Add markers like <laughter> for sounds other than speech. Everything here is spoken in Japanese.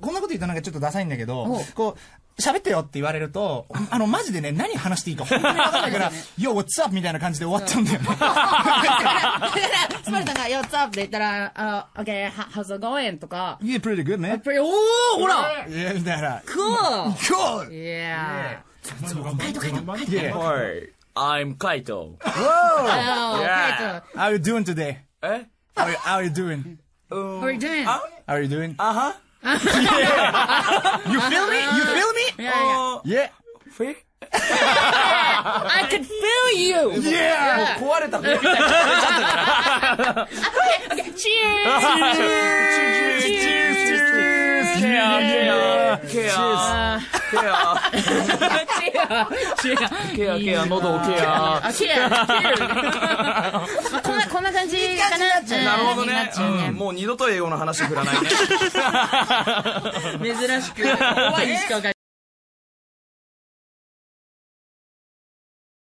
こんなこと言うとなんかちょっとダサいんだけどおう、こう、喋ってよって言われると、あの、マジでね、何話していいか本当にわかんない <laughs> から、よ、what's up? みたいな感じで終わっちゃうんだよ <laughs> ね。 <laughs> だから、スパルタンが、よ、ツアップで言ったら、あ、OK, how's it going? <laughs> とか、 Yeah, pretty good, やっ man. ぱり、おー、ほらいや、みたいな。 !Cool! Cool! <laughs> Yeah. カイト、カイト、カイ Hi, I'm Kaito. Oh, Yeah. great. How you doing today? Eh? How you, how you doing? How are you doing? Ah? How you doing? <laughs> Uh-huh. You feel me? You feel me? Yeah, yeah. Oh, Yeah. fake? I could feel you! Yeah! 壊れた。 <laughs> Okay, cheers! <laughs> Cheers! ケア、ケア、ケあア、ケア、違う違うケア、ケア、喉をケア。あ、ケア、ケ <laughs> ア。こんな、こんな感じかな。うんなるほどになっねちゃうねうん。もう二度と英語の話振らないね。 <laughs> 珍しく、怖いしかわかんない